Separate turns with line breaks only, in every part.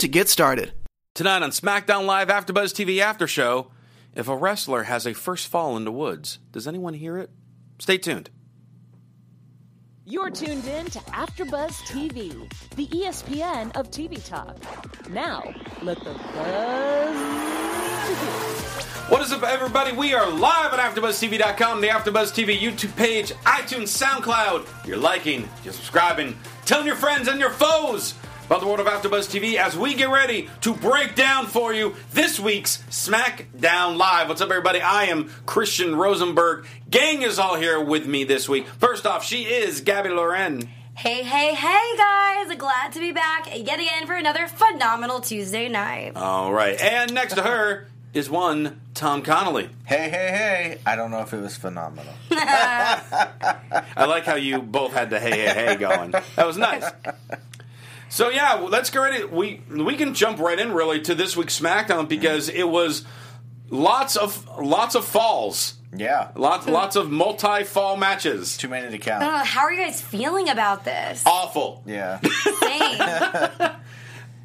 to get started.
Tonight on SmackDown Live AfterBuzz TV After Show, if a wrestler has a first fall into woods, does anyone hear it? Stay tuned.
You're tuned in to AfterBuzz TV, the E ESPN of TV talk. Now, let the buzz begin.
What is up, everybody? We are live at AfterBuzzTV.com, the AfterBuzz TV YouTube page, iTunes, SoundCloud. You're liking, you're subscribing, telling your friends and your foes about the world of AfterBuzz TV as we get ready to break down for you this week's SmackDown Live. What's up, everybody? I am Christian Rosenberg. Gang is all here with me this week. First off, she is Gabby Loren.
Hey, hey, hey, guys! Glad to be back yet again for another phenomenal Tuesday night.
All right, and next to her is one Tom Connolly.
Hey, hey, hey. I don't know if it was phenomenal.
I like how you both had the hey hey hey going. That was nice. So yeah, well, let's get ready. We we can jump right in really to this week's SmackDown because it was lots of lots of falls,
Yeah.
lots lots of multi fall matches.
Too many to
Uh,
count.
how are you guys feeling about this?
Awful.
Yeah.
Same.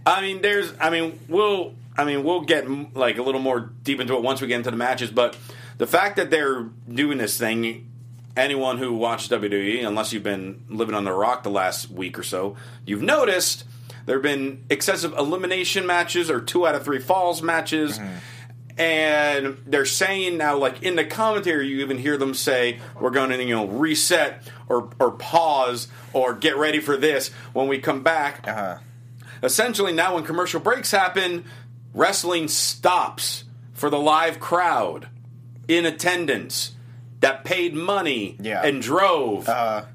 I mean, there's. I mean, we'll. I mean, we'll get m- like a little more deep into it once we get into the matches. But the fact that they're doing this thing, anyone who watches WWE, E, unless you've been living on the rock the last week or so, you've noticed there have been excessive elimination matches or two out of three falls matches. And they're saying now, like in the commentary, you even hear them say, "We're going to, you know, reset or or pause or get ready for this when we come back."
Uh,
essentially now when commercial breaks happen wrestling stops for the live crowd in attendance that paid money
Yeah.
and drove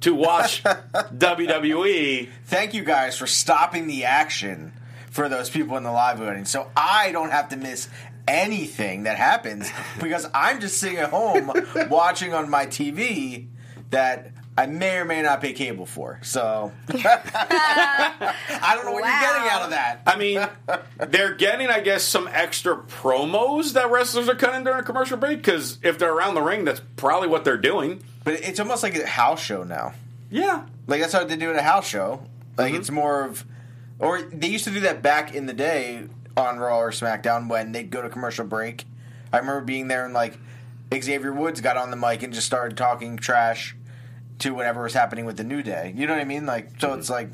to watch E. WWE.
thank you guys for stopping the action for those people in the live voting so I don't have to miss anything that happens because I'm just sitting at home watching on my TV that I may or may not pay cable for. So I don't know what
Wow.
you're getting out of that.
I mean, they're getting, I guess, some extra promos that wrestlers are cutting during a commercial break because if they're around the ring, that's probably what they're doing.
But it's almost like a house show now.
Yeah.
Like that's how they do at a house show. Like it's more of, or they used to do that back in the day on Raw or SmackDown when they'd go to commercial break. I remember being there and like Xavier Woods got on the mic and just started talking trash to whatever was happening with the New Day. You know what I mean? Like so, it's like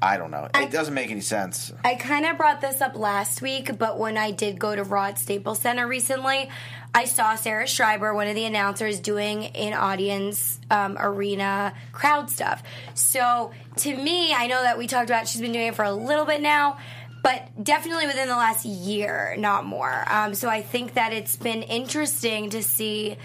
I don't know. It doesn't make any sense.
I kind of brought this up last week, but when I did go to Raw at Staples Center recently, I saw Sarah Schreiber, one of the announcers, doing an audience um, arena crowd stuff. So to me, I know that we talked about she's been doing it for a little bit now, but definitely within the last year, not more. Um, so I think that it's been interesting to see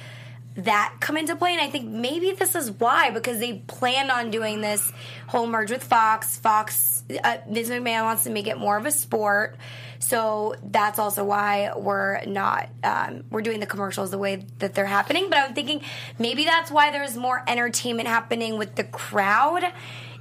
that come into play and i think maybe this is why because they planned on doing this whole merge with fox fox uh, vince mcmahon wants to make it more of a sport so that's also why we're not um, we're doing the commercials the way that they're happening but i'm thinking maybe that's why there's more entertainment happening with the crowd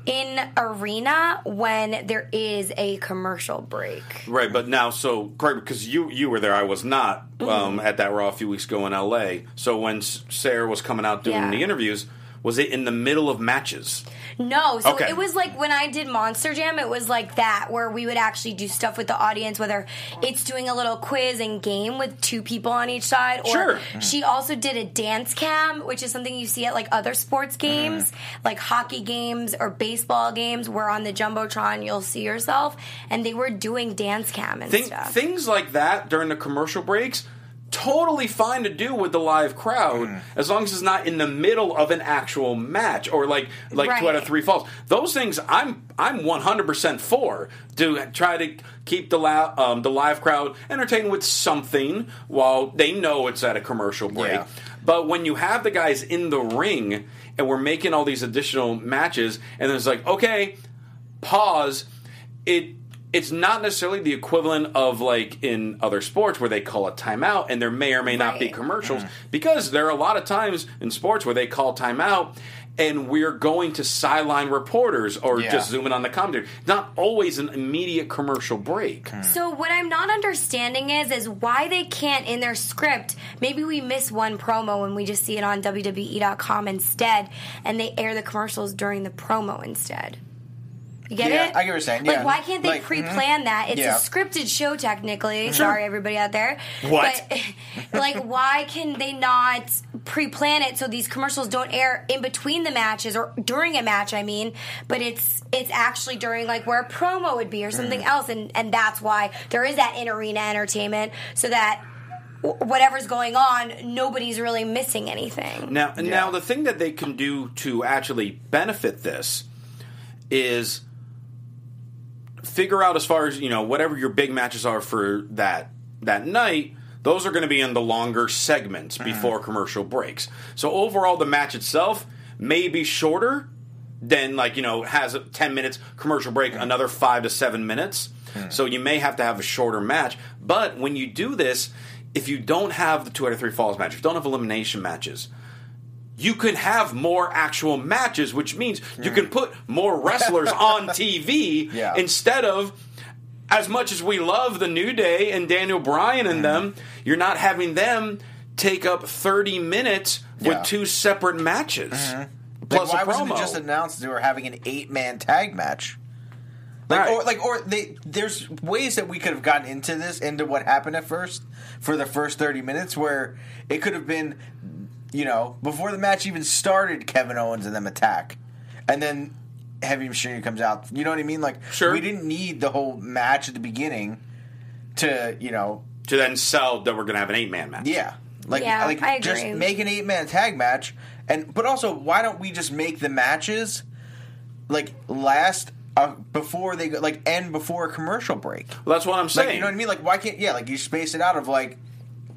in arena when there is a commercial break
Right, but now, so correct because you you were there, I was not um, at that Raw a few weeks ago in L.A. So when S- Sarah was coming out doing
Yeah.
the interviews, was it in the middle of matches?
No, so
Okay.
it was like when I did Monster Jam, it was like that where we would actually do stuff with the audience, whether it's doing a little quiz and game with two people on each side, or
Sure.
she also did a dance cam, which is something you see at like other sports games,
Mm-hmm.
like hockey games or baseball games, where on the jumbotron you'll see yourself, and they were doing dance cam and
Think,
stuff.
things like that during the commercial breaks, totally fine to do with the live crowd as long as it's not in the middle of an actual match or like like two
Right.
out of three falls. Those things I'm I'm 100 percent for to try to keep the la- um, the live crowd entertained with something while they know it's at a commercial break.
Yeah.
But when you have the guys in the ring and we're making all these additional matches, and it's like, okay, pause, it it's not necessarily the equivalent of like in other sports where they call a timeout and there may or may not be
Right.
commercials because there are a lot of times in sports where they call timeout and we're going to sideline reporters or
Yeah.
just zooming on the commentary. Not always an immediate commercial break.
Hmm.
So what I'm not understanding is is why they can't in their script. Maybe we miss one promo and we just see it on WWE.com instead, and they air the commercials during the promo instead. You get it?
Yeah, I get what you're saying, yeah.
Like, why can't they
Like,
Mm-hmm.
pre-plan that? It's
Yeah.
a scripted show, technically. Sorry, everybody out there.
What?
But, like, why can they not pre-plan it so these commercials don't air in between the matches or during a match? I mean, but it's it's actually during like where a promo would
Mm-hmm.
be or something else, and and that's why there is that in arena entertainment so that w- whatever's going on, nobody's really missing anything.
Now, now the thing that they can do to actually benefit this is figure out as far as you know whatever your big matches are for that that night. Those are going to be in the longer segments before commercial breaks. So overall, the match itself may be shorter than like you know has a ten minutes commercial break, another five to seven minutes. So you may have to have a shorter match. But when you do this, if you don't have the two out of three falls match, if you don't have elimination matches, you can have more actual matches, which means you can put more wrestlers on TV
Yeah.
instead of. As much as we love the New Day and Daniel Bryan and them, you're not having them take up 30 minutes
Yeah. Mm-hmm.
with two separate matches.
Like,
Plus
why
a promo.
wasn't it just announced they were having an eight man tag match? Like,
Right.
or like, or they there's ways that we could have gotten into this, into what happened at first for the first thirty minutes, where it could have been, you know, before the match even started, Kevin Owens and them attack, and then Heavy Machinery comes out. You know what I mean? Like,
Sure.
we didn't need the whole match at the beginning to, you know,
to then sell that we're going to have an eight man match.
yeah. Like,
Yeah,
like
I
just
agree.
make an eight man tag match and but also why don't we just make the matches like last uh, before they go like end before a commercial break.
Well, that's what I'm saying.
Like you know what I mean? Like why can't yeah, like you space it out of like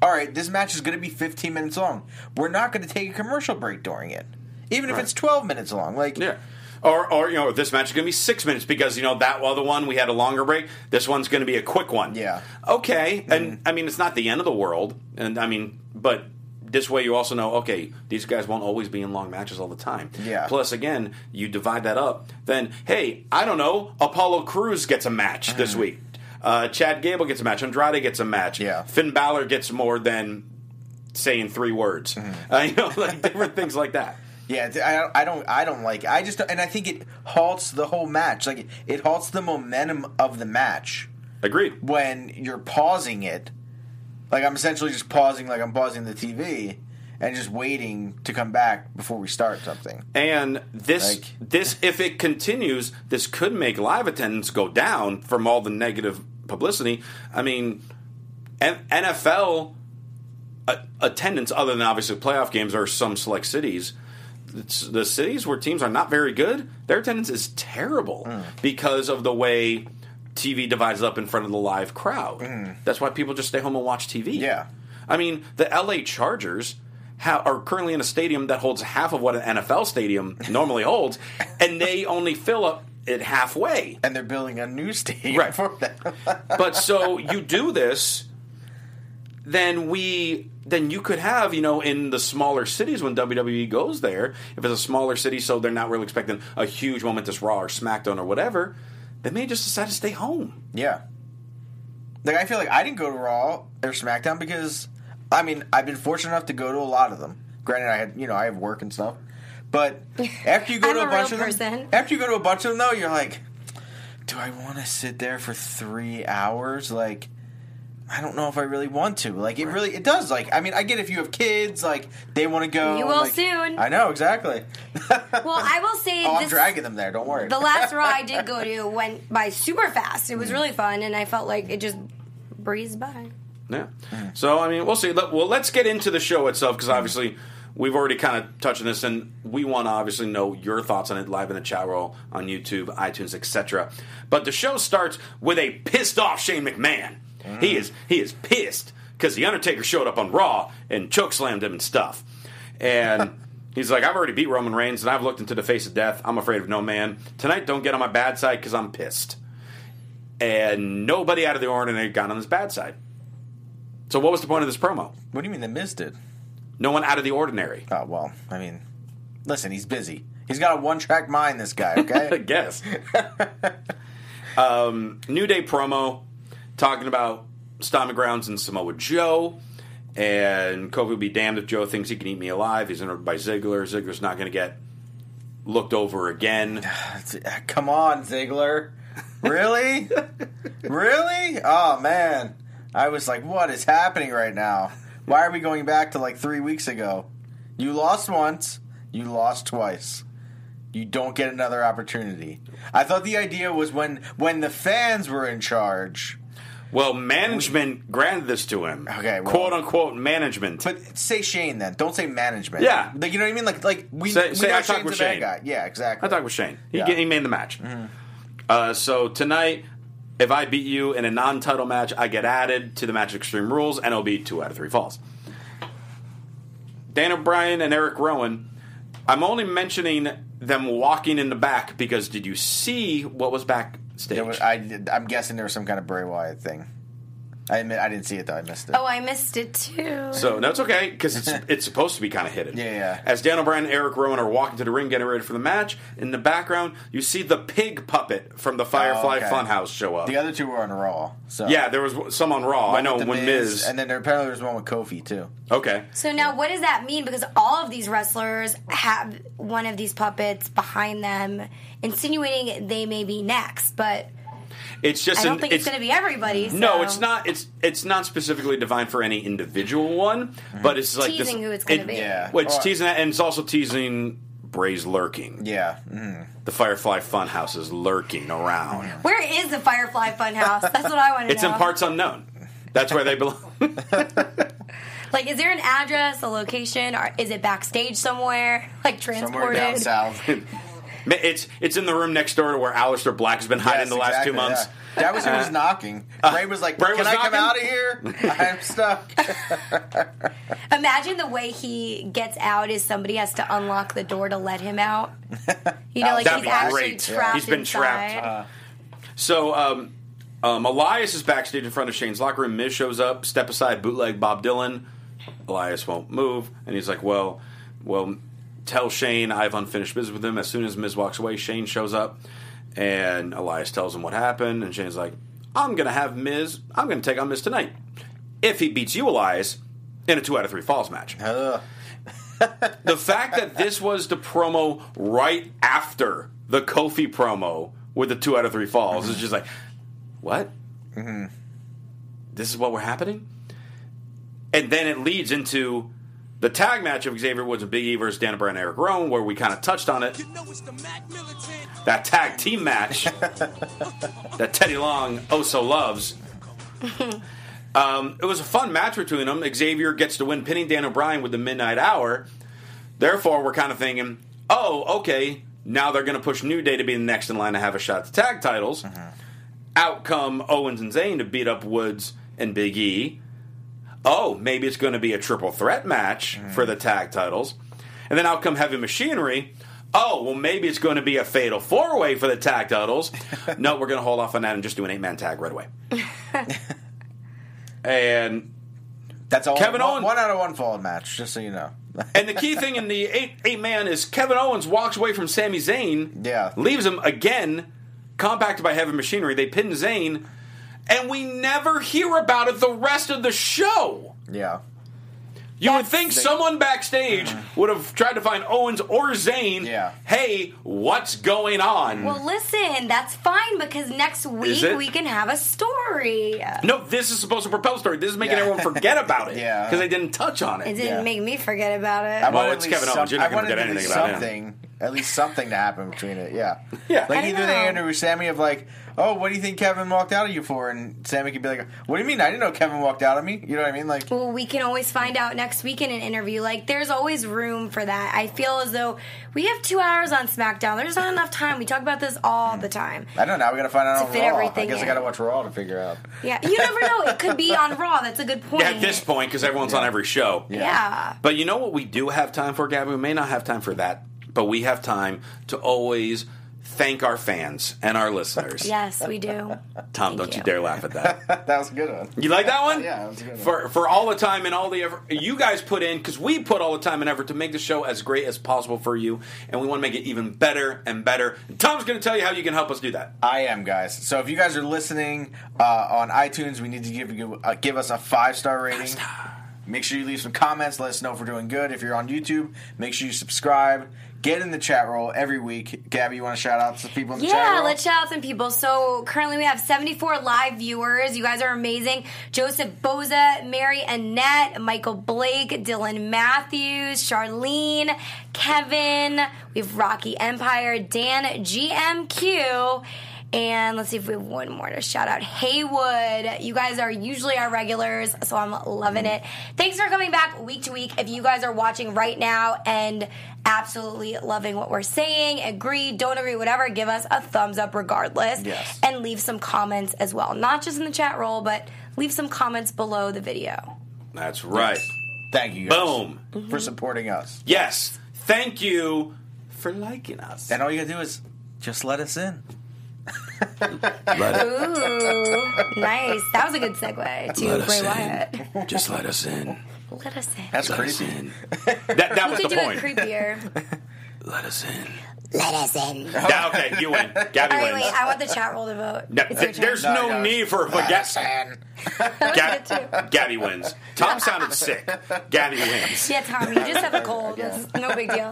all right, this match is going to be 15 minutes long. We're not going to take a commercial break during it. Even if
Right.
it's 12 minutes long. Like
Yeah. Or, or you know, this match is going to be six minutes because you know that other one we had a longer break. This one's going to be a quick one.
Yeah. Mm-hmm.
Okay. And I mean, it's not the end of the world. And I mean, but this way you also know, okay, these guys won't always be in long matches all the time.
Yeah.
Plus, again, you divide that up. Then, hey, I don't know, Apollo Cruz gets a match
Mm-hmm.
this week. Uh, Chad Gable gets a match. Andrade gets a match.
Yeah.
Finn Balor gets more than saying three words.
Mm-hmm.
Uh, you know, like different things like that.
Yeah, th- I don't, I don't, I don't like. It. I just, don't, and I think it halts the whole match. Like it halts the momentum of the match.
Agreed.
when you're pausing it, like I'm essentially just pausing, like I'm pausing the TV and just waiting to come back before we start something.
And this
Like-
this if it continues, this could make live attendance go down from all the negative publicity. I mean, N- NFL a- attendance, other than obviously playoff games or some select cities, it's- the cities where teams are not very good, their attendance is terrible because of the way TV divides up in front of the live crowd. That's why people just stay home and watch TV.
Yeah.
I mean, the LA Chargers ha- are currently in a stadium that holds half of what an NFL stadium normally holds, and they only fill up it halfway.
And they're building a new stadium
Right.
for that.
But so you do this, then we then you could have you know in the smaller cities when WWE goes there, if it's a smaller city, so they're not really expecting a huge momentous Raw or SmackDown or whatever, they may just decide to stay home.
yeah. Like I feel like I didn't go to Raw or SmackDown because I mean I've been fortunate enough to go to a lot of them. Granted, I had you know I have work and stuff, but after you go
I'm
to a,
a
bunch
real
of
person.
them, after you go to a bunch of them though, you're like, do I want to sit there for three hours? Like, I don't know if I really want to. Like, it really it does. Like, I mean, I get if you have kids, like they want to go.
You will
like-
soon.
I know exactly.
Well, I will say
Oh, I'm
this-
dragging them there. Don't worry.
the last raw I did go to went by super fast. It was really fun, and I felt like it just breezed by.
Yeah. So I mean, we'll see. Let- Well, let's get into the show itself because obviously we've already kind of touched on this, and we want to obviously know your thoughts on it live in the chat roll on YouTube, iTunes, etc. But the show starts with a pissed off Shane McMahon. He is he is pissed because the Undertaker showed up on Raw and chokeslammed him and stuff, and. He's like, I've already beat Roman Reigns and I've looked into the face of death. I'm afraid of no man. Tonight, don't get on my bad side because I'm pissed and nobody out of the ordinary got on his bad side. So what was the point of this promo?
What do you mean the Miz did?
No one out of the ordinary.
Oh well, I mean, listen, he's busy. He's got a one-track mind. This guy, okay?
I guess. um, New Day promo talking about stomach grounds and Samoa Joe. And Kofi will be damned if Joe thinks he can eat me alive. He's interrupted by Ziggler. Ziggler's not going to get looked over again.
Come on, Ziggler. Really? really? Oh man, I was like, what is happening right now? Why are we going back to like three weeks ago? You lost once. You lost twice. You don't get another opportunity. I thought the idea was when when the fans were in charge.
Well, management granted this to him.
Okay, well-
quote unquote management.
But say Shane then. Don't say management.
Yeah.
Like, you know what I mean? Like like we
Say-
we
say
know
I talked
Shane's
with
a bad
Shane.
guy. Yeah, exactly.
I talked with Shane. He,
Yeah. Mm-hmm.
he made the match. Uh, so tonight, if I beat you in a non-title match, I get added to the match Extreme Rules, and it'll be two out of three falls. Dan O'Brien and Eric Rowan. I'm only mentioning them walking in the back because did you see what was backstage?
There was, I did- I'm guessing there was some kind of Bray Wyatt thing. I admit, I didn't see it though. I missed it.
Oh, I missed it too.
So no, it's okay because it's it's supposed to be kind of hidden.
Yeah, yeah.
As Dan O'Brien and Eric Rowan are walking to the ring, getting ready for the match, in the background you see the pig puppet from the Firefly
Oh, okay.
Funhouse show up.
the other two were on Raw. So
yeah, there was some on Raw. I know
The
when Miz.
and then there, apparently there was one with Kofi too.
okay,
So now, what does that mean? Because all of these wrestlers have one of these puppets behind them, insinuating they may be next. But
it's just
I don't
an-
think it's, going to be everybody.
No,
so-
it's not. It's it's not specifically defined for any individual one, but it's like
Teasing
this,
who it's gonna
it-
be.
Mm-hmm. Yeah.
well, it's
Or-
teasing that, and it's also teasing Bray's lurking.
Yeah, mm.
The Firefly Funhouse is lurking around.
Where is the Firefly Funhouse? That's what I want to
It's
know.
in parts unknown. That's where they belong.
Like, is there an address, a location, or is it backstage somewhere? Like
somewhere
transported?
down south.
Ma- It's it's in the room next door to where Alistair Black has been hiding
Yes,
the last
exactly,
two months. Uh,
yeah. That was who was knocking. Bray was like,
Bray
"Can
was
I come
knocking?
out of here? I'm stuck."
Imagine the way he gets out is somebody has to unlock the door to let him out. You know, like
That'd
he's
be
actually
great.
trapped.
He's been
inside.
trapped. So um, um, Elias is backstage in front of Shane's locker room. Miz shows up, step aside, bootleg Bob Dylan. Elias won't move, and he's like, "Well, well, tell Shane I have unfinished business with him." As soon as Miz walks away, Shane shows up, and Elias tells him what happened, and Shane's like, "I'm gonna have Miz. I'm gonna take on Miz tonight if he beats you, Elias." In a two out of three falls match.
Ugh.
the fact that this was the promo right after the Kofi promo with the two out of three falls is just like, what? This is what we're happening? And then it leads into the tag match of Xavier Woods and Big E versus Dana Bryan and Eric Rowan, where we kind of touched on it. That tag team match that Teddy Long oh so loves. Um, it was a fun match between them. Xavier gets to win, pinning Dan O'Brien with the Midnight Hour. Therefore, we're kind of thinking, oh, okay, now they're going to push New Day to be the next in line to have a shot at the tag titles. Out come Owens and Zayn to beat up Woods and Big E. Oh, maybe it's going to be a triple threat match for the tag titles. And then out come Heavy Machinery. Oh, well, maybe it's going to be a fatal four way for the tag titles. no, we're going to hold off on that and just do an eight man tag right away. and
That's all.
Kevin
one,
Owens-
one out of one fall match. Just so you know.
And the key thing in the eight eight man is Kevin Owens walks away from Sami Zayn.
Yeah.
Leaves him again, compacted by heavy machinery. They pin Zayn, and we never hear about it the rest of the show.
yeah.
You would think someone backstage would have tried to find Owens or Zayn.
Uh-huh. Yeah.
Hey, what's going on?
Well, listen, that's fine because next week
Uh. it?
we can have a story.
no, this is supposed to propel the story. This is making
Yeah.
everyone forget about it.
Yeah.
Because they didn't touch on it.
It didn't
Yeah.
make me forget about it.
I
Well,
wanted
it's
at least
Kevin Owens. You're not
I
gonna
wanted
forget
at least
anything about him.
something, At least something to happen between it. Yeah.
Yeah.
Like
I
either
don't
they
know.
interview Sammy of like, oh, what do you think Kevin walked out of you for? And Sammy could be like, what do you mean? I didn't know Kevin walked out of me. You know what I mean? Like,
well, we can always find out next week in an interview. Like, there's always room for that. I feel as though we have two hours on SmackDown. There's not enough time. We talk about this all the time.
I don't know. We got to find out
To
on
fit
Raw. I
everything
guess I
in.
got to watch Raw to figure out.
Yeah, you never know. It could be on Raw. That's a good point.
At this point, because everyone's on every show.
yeah.
But you know what we do have time for, Gabby? We may not have time for that, but we have time to always thank our fans and our listeners.
Yes, we do.
Tom,
Thank
don't you.
you.
dare laugh at that.
That was a good one.
You like that one?
Yeah, that was a good one.
For for all the time and all the effort you guys put in, because we put all the time and effort to make the show as great as possible for you, and we want to make it even better and better. And Tom's going to tell you how you can help us do that.
I am, guys. So if you guys are listening uh, on iTunes, we need to give you uh, give us a five star rating. Make sure you leave some comments. Let us know if we're doing good. If you're on YouTube, make sure you subscribe. Get in the chat roll every week. Gabby, you want to shout out to the people in the chat
Yeah,
roll?
let's shout out some people. So currently we have 74 live viewers. You guys are amazing. Joseph Boza, Mary Annette, Michael Blake, Dylan Matthews, Charlene, Kevin. We have Rocky Empire, Dan GMQ. And let's see if we have one more to shout out. Haywood, you guys are usually our regulars, so I'm loving it. Thanks for coming back week to week. If you guys are watching right now and absolutely loving what we're saying, agree, don't agree, whatever, give us a thumbs up regardless.
Yes.
And leave some comments as well. Not just in the chat roll, but leave some comments below the video.
That's right.
Thank you, guys,
Boom.
for supporting us.
Yes. Thank you for liking us.
And all you gotta do is just let us in.
Let
Ooh, nice. That was a good segue
Let
to
us
Bray
in.
Wyatt.
it. Just let us in.
Let us in.
That's
Let us
crazy.
in. That, that was
we
the
could do it
point.
creepier.
Let us in.
Let us in.
Yeah, okay, you win. Gabby
All right,
wins.
wait. I want the chat roll to vote.
No,
It's
th-
your turn.
there's
No,
no,
no.
need for a
That was good, too.
Gabby wins. Tom sounded sick. Gabby wins.
Yeah, Tommy, you just have a cold. It's no big deal.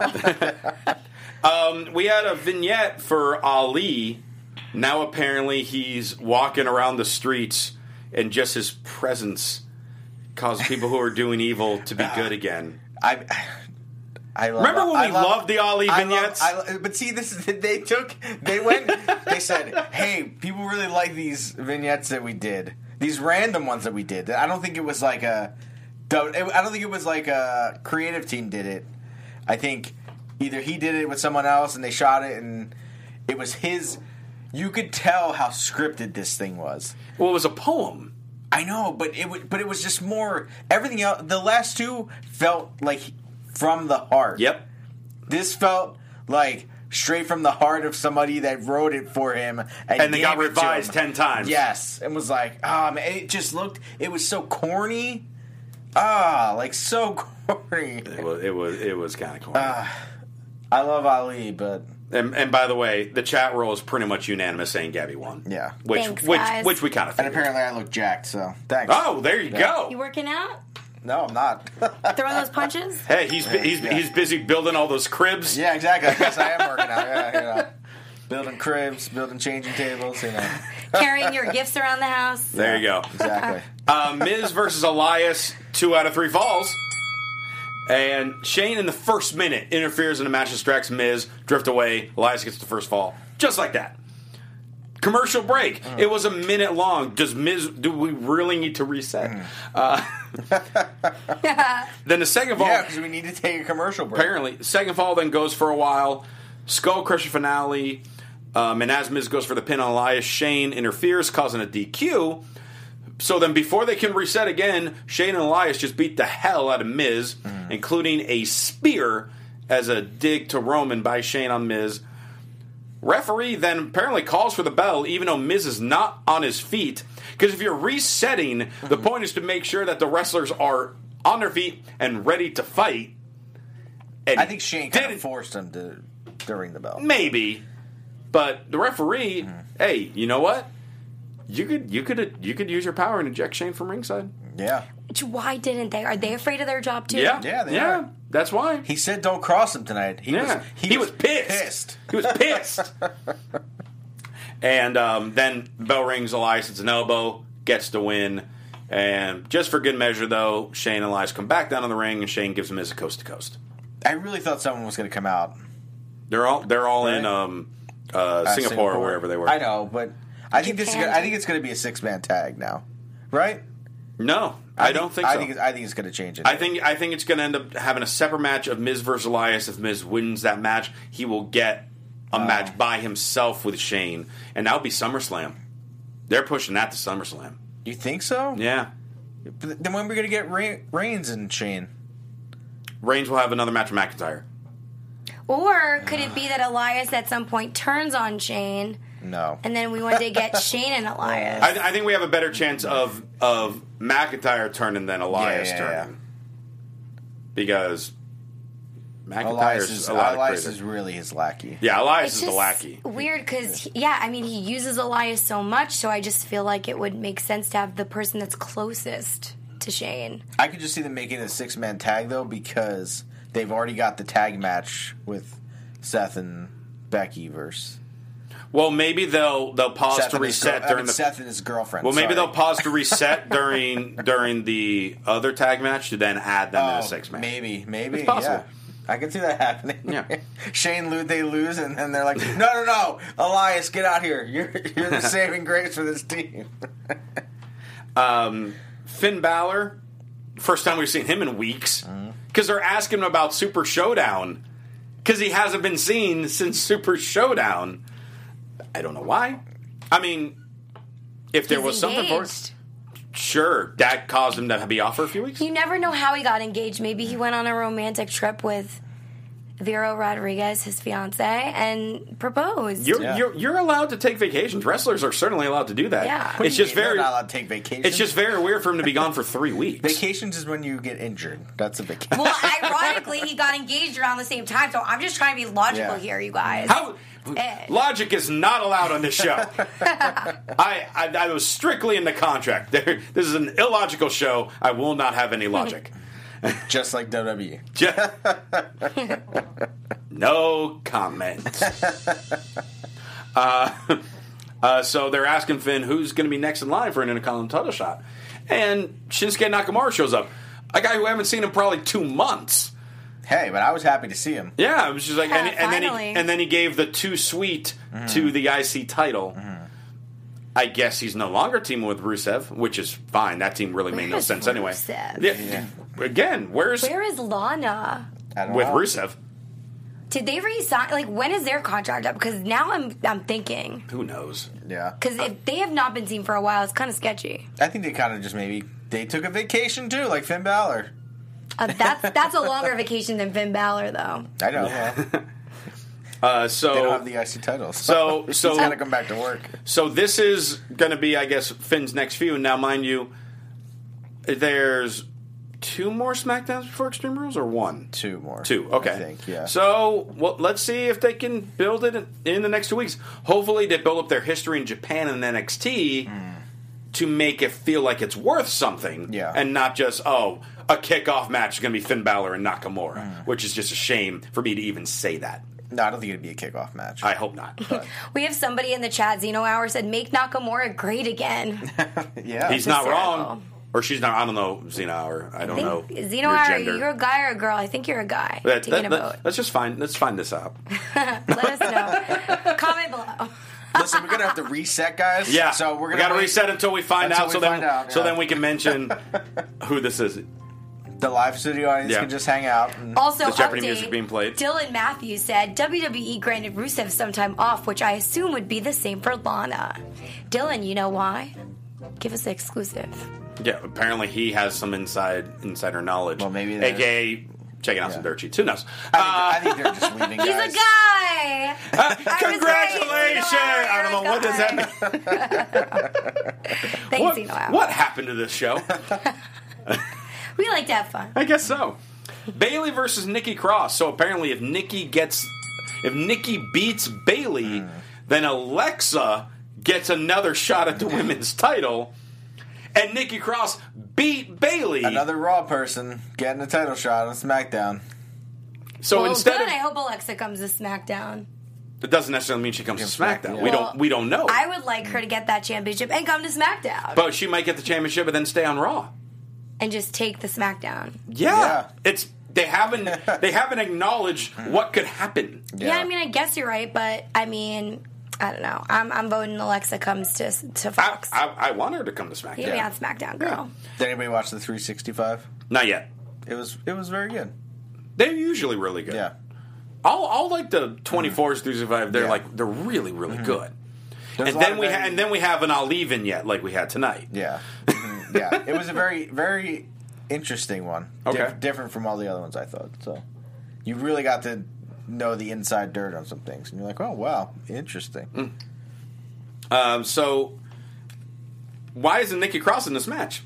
We had a vignette for Ali. Now apparently he's walking around the streets, and just his presence causes people who are doing evil to be good again.
I. I love,
Remember when
I
we
love-
loved the Ali
I love-
vignettes?
I lo- but see, this is they took, they went, they said, "Hey, people really like these vignettes that we did. These random ones that we did. I don't think it was like a, I don't think it was like a creative team did it. I think either he did it with someone else and they shot it, and it was his. You could tell how scripted this thing was.
Well, it was a poem.
I know, but it was, but it was just more everything else. The last two felt like from the heart.
Yep.
This felt like straight from the heart of somebody that wrote it for him, and,
And they
gave
got
it to
revised
him.
ten times.
Yes, and was like, um, it just looked. It was so corny. Ah, like so corny.
It was. It was. It was kind of corny.
I love Ali, but
and, and by the way, the chat roll is pretty much unanimous saying Gabby won.
Yeah.
Which
Thanks,
which
guys.
which we kind of
and
figured.
apparently I look jacked. So thanks.
Oh, there you go.
You working out?
no, I'm not.
Throwing those punches?
Hey, he's bu- he's he's busy building all those cribs.
yeah, exactly. I guess I am working out. Yeah, you know. Building cribs, building changing tables, you know.
Carrying your gifts around the house?
There you go.
Exactly.
Uh, Miz versus Elias, two out of three falls. And Shane in the first minute interferes in the match, distracts Miz, drift away. Elias gets the first fall, just like that. Commercial break.
Mm.
It was a minute long. Does Miz? Do we really need to reset?
Mm.
Uh, then the second fall.
Yeah, because we need to take a commercial break.
apparently. Second fall then goes for a while. Skull Crusher finale. Um, and as Miz goes for the pin on Elias, Shane interferes, causing a DQ. So then, before they can reset again, Shane and Elias just beat the hell out of Miz,
Mm.
including a spear as a dig to Roman by Shane on Miz. Referee then apparently calls for the bell, even though Miz is not on his feet. Because if you're resetting, the
Mm-hmm.
point is to make sure that the wrestlers are on their feet and ready to fight. And
I think Shane kind
didn't-
of forced him to, to ring the bell.
maybe, but the referee, hey, you know what? You could you could you could use your power and eject Shane from ringside.
Yeah.
Which- Why didn't they? Are they afraid of their job too?
Yeah,
Yeah, they are.
That's why.
He said don't cross him tonight. He
yeah,
was
he, was, pissed. He was pissed. and um, then bell rings. Elias hits an elbow, gets the win. And just for good measure, though, Shane and Elias come back down on the ring, and Shane gives him his coast to coast.
I really thought someone was going to come out.
They're all they're all in
Right.
um, uh, Singapore, or wherever they were.
I know, but I think this is
Japan.
gonna, I think it's going to be a six man tag now. Right?
No, I, don't think
I
so.
think it's, I think it's going to change it.
I think I think it's going to end up having a separate match of Miz versus Elias. If Miz wins that match, he will get a
Uh.
match by himself with Shane, and that'll be SummerSlam. They're pushing that to SummerSlam.
you think so?
Yeah,
But then when are we going to get Re- Reigns and Shane?
Reigns will have another match with McIntyre.
Or could it be that Elias at some point turns on Shane,
No.
and then we wanted to get Shane and Elias?
I, I think we have a better chance of of McIntyre turning than Elias
Yeah, yeah, yeah.
turning because McIntyre's
Elias is
a lot
Elias
of
is really his lackey.
yeah, Elias
It's
is the
just
lackey.
Weird because yeah, I mean he uses Elias so much, so I just feel like it would make sense to have the person that's closest to Shane.
I could just see them making a six man tag though because they've already got the tag match with Seth and Becky versus
Well, maybe they'll they'll pause
Seth
to
and, his, girl-
reset
I
during
mean,
the.
Seth and his girlfriend.
well, maybe
sorry.
they'll pause to reset during during the other tag match to then add them to the
Oh,
six man.
Maybe, maybe,
It's possible.
yeah. I could see that happening.
Yeah.
Shane lose, they lose, and then they're like, "No, no, no, Elias, get out here! You're you're the saving grace for this team."
Finn Balor, first time we've seen him in weeks,
Uh-huh.
because they're asking him about Super Showdown, because he hasn't been seen since Super Showdown. I don't know why. I mean, if there
He's
was something for
engaged.
it, sure, that caused him to be off for a few weeks.
You never know how he got engaged. Maybe he went on a romantic trip with Vero Rodriguez, his fiance, and proposed.
You're,
Yeah.
you're you're allowed to take vacations. Wrestlers are certainly allowed to do that.
Yeah. What
It's just
They're
very
not allowed to take vacations.
it's just very weird for him to be gone for three weeks.
vacations is when you get injured. That's a vacation.
well, ironically, he got engaged around the same time, so I'm just trying to be logical
Yeah.
here, you guys.
How logic is not allowed on this show. I, I I was strictly in the contract. There, this is an illogical show. I will not have any logic.
just like E. WWE.
Ju- no comment. Uh, uh, so they're asking Finn who's going to be next in line for an Intercontinental title shot, and Shinsuke Nakamura shows up, a guy who I haven't seen in probably two months.
Hey, but I was happy to see him.
Yeah, it was just like,
Yeah,
and, and then
finally.
he, and then he gave the two sweet to the IC title. I guess he's no longer teaming with Rusev, which is fine. That team really made no
Where's
sense anyway.
Rusev?
Yeah. Again, where's
Where is Lana?
I don't
with
know.
Rusev?
Did they resign? Like, when is their contract up? Because now I'm I'm thinking
Who knows?
Yeah,
because if they have not been seen for a while, it's kind of sketchy.
I think they kind of just maybe they took a vacation too, like Finn Balor.
Uh, that's that's a longer vacation than Finn Balor, though.
I know well,
Uh, so
they don't have the IC titles,
So- so-
he's got to come back to work.
So this is going to be, I guess, Finn's next feud. Now, mind you, there's two more SmackDowns before Extreme Rules, or one,
Two more,
two. Okay,
I think yeah.
So well, let's see if they can build it in the next two weeks. Hopefully, they build up their history in Japan and NXT to make it feel like it's worth something,
Hmm. Yeah.
and not just oh, a kickoff match is going to be Finn Balor and Nakamura,
Hmm.
which is just a shame for me to even say that.
no, I don't think it'd be a kickoff match.
I hope not. but
We have somebody in the chat, Zeno Hour, said, make Nakamura great again.
yeah,
He's not
hysterical.
wrong. Or she's not. I don't know, Xena, or I don't know.
Zeno
your
Hour,
gender.
you're a guy or a girl? I think you're a guy.
That-
Taking
that-
a
that-
vote.
let's just find. Let's find this out.
Let us know. Comment below.
Listen, we're gonna have to reset, guys.
Yeah.
So we're
we
gonna
got to
wait
reset until we find
until
out.
we
so then,
find out,
so
yeah.
then we can mention who this is.
The live studio audience
Yeah. Uh,
can just hang out. And
Also,
The Jeopardy
update,
music being played.
Dylan Matthews said WWE granted Rusev some time off, which I assume would be the same for Lana. Dylan, you know why? Give us the exclusive.
Yeah. Apparently, he has some inside insider knowledge.
Well, maybe they're-
AKA checking out some
Yeah.
dirt sheets. Who knows?
I, think, I think they're just leaving.
He's
guys.
a guy.
Uh, Congratulations! I don't know what does that mean.
Thanks,
What,
Zeno Hour.
what happened to this show?
We like to have fun.
I guess so. Bailey versus Nikki Cross. So apparently, if Nikki gets, if Nikki beats Bailey,
Hmm.
then Alexa gets another shot at the women's title, and Nikki Cross beat Bailey.
Another Raw person getting a title shot on SmackDown.
so
well,
instead
good. I
of
hope Alexa comes to SmackDown.
it doesn't necessarily mean she comes to SmackDown.
yeah.
We
Well,
don't we don't know.
I would like her to get that championship and come to SmackDown
Oh. but she might get the championship and then stay on Raw.
and just take the SmackDown.
Yeah,
Yeah.
it's they haven't they haven't acknowledged
Hmm.
what could happen.
Yeah. I mean, I guess you're right, but I mean, I don't know. I'm, I'm voting Alexa comes to to
I,
Fox.
I, I want her to come to SmackDown.
You'd be on SmackDown, girl.
Did anybody watch the 365?
Not yet.
It was it was very good.
They're usually really good.
Yeah. Mm-hmm.
I'll, I'll like the 24s through 5 They're
Yeah. Mm-hmm.
like they're really really good.
There's a
and
lot
then
of
we ha-
very-
and then we have an I'll leave in yet like we had tonight.
Yeah. Mhm. yeah. It was a very very interesting one. Dif-
Okay.
different from all the other ones I thought. So you really got to know the inside dirt on some things, and you're like, oh wow, interesting.
Mm. Um, so, why isn't Nikki Cross in this match?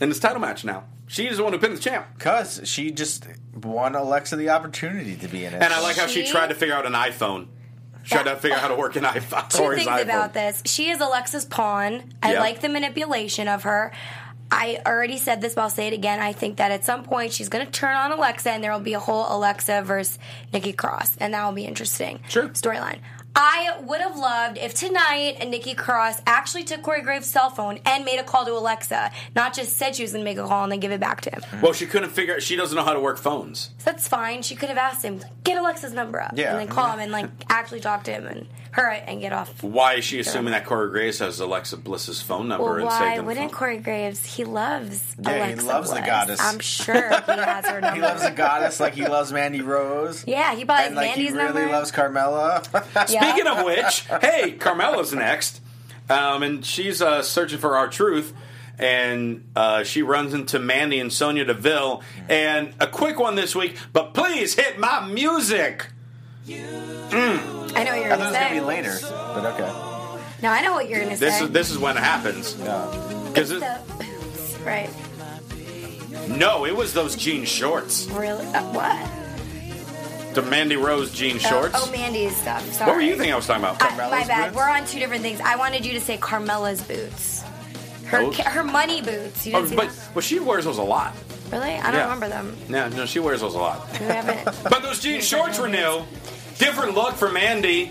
In this title match now? She is the one who pinned the champ.
Cause she just won Alexa the opportunity to be in it,
And I like how she
She-
tried to figure out an iPhone. She tried to figure out how to work an iPhone.
two
or his
things
iPhone.
about this. She is Alexa's pawn. I
Yeah.
like the manipulation of her. I already said this, but I'll say it again. I think that at some point she's going to turn on Alexa, and there will be a whole Alexa versus Nikki Cross, and that will be interesting.
Sure.
storyline. I would have loved if tonight Nikki Cross actually took Corey Graves' cell phone and made a call to Alexa, not just said she was going to make a call and then give it back to him.
Well, she couldn't figure. She doesn't know how to work phones.
That's fine. She could have asked him, get Alexa's number up,
Yeah.
and then call him and like actually talk to him and her and get off
Why is she assuming that Corey Graves has Alexa Bliss's phone number
Well,
and saved
why
on the
wouldn't
phone?
Corey Graves? He loves
Yeah, he
Alexa
loves the
Bliss.
goddess.
I'm sure he has her number.
He loves the goddess like he loves Mandy Rose.
Yeah, he buys
and like
Mandy's
he really
number.
loves Carmella.
Yeah.
Speaking of which, hey, Carmella's next, um, and she's uh, searching for our truth, and uh, she runs into Mandy and Sonia Deville. And a quick one this week, but please hit my music.
I know what you're
I thought it
gonna
was gonna be
say.
later, but okay.
No, I know what you're gonna
This
say.
is this is when it happens.
Yeah.
'Cause it-
The- right?
no, it was those jean shorts,
Really? Uh, what?
the Mandy Rose jean
Oh,
shorts.
Oh, Mandy's stuff. Sorry.
what were you thinking I was talking about?
I- my
Carmella's
bad.
boots?
We're on two different things. I wanted you to say Carmella's boots. Her
Oh.
ca- her money boots. You
Oh,
didn't see
but
those?
well, she wears those a lot.
really? I don't
yeah.
remember them.
Yeah, no, she wears those a lot.
We haven't.
But those jean shorts were new. Different look for Mandy.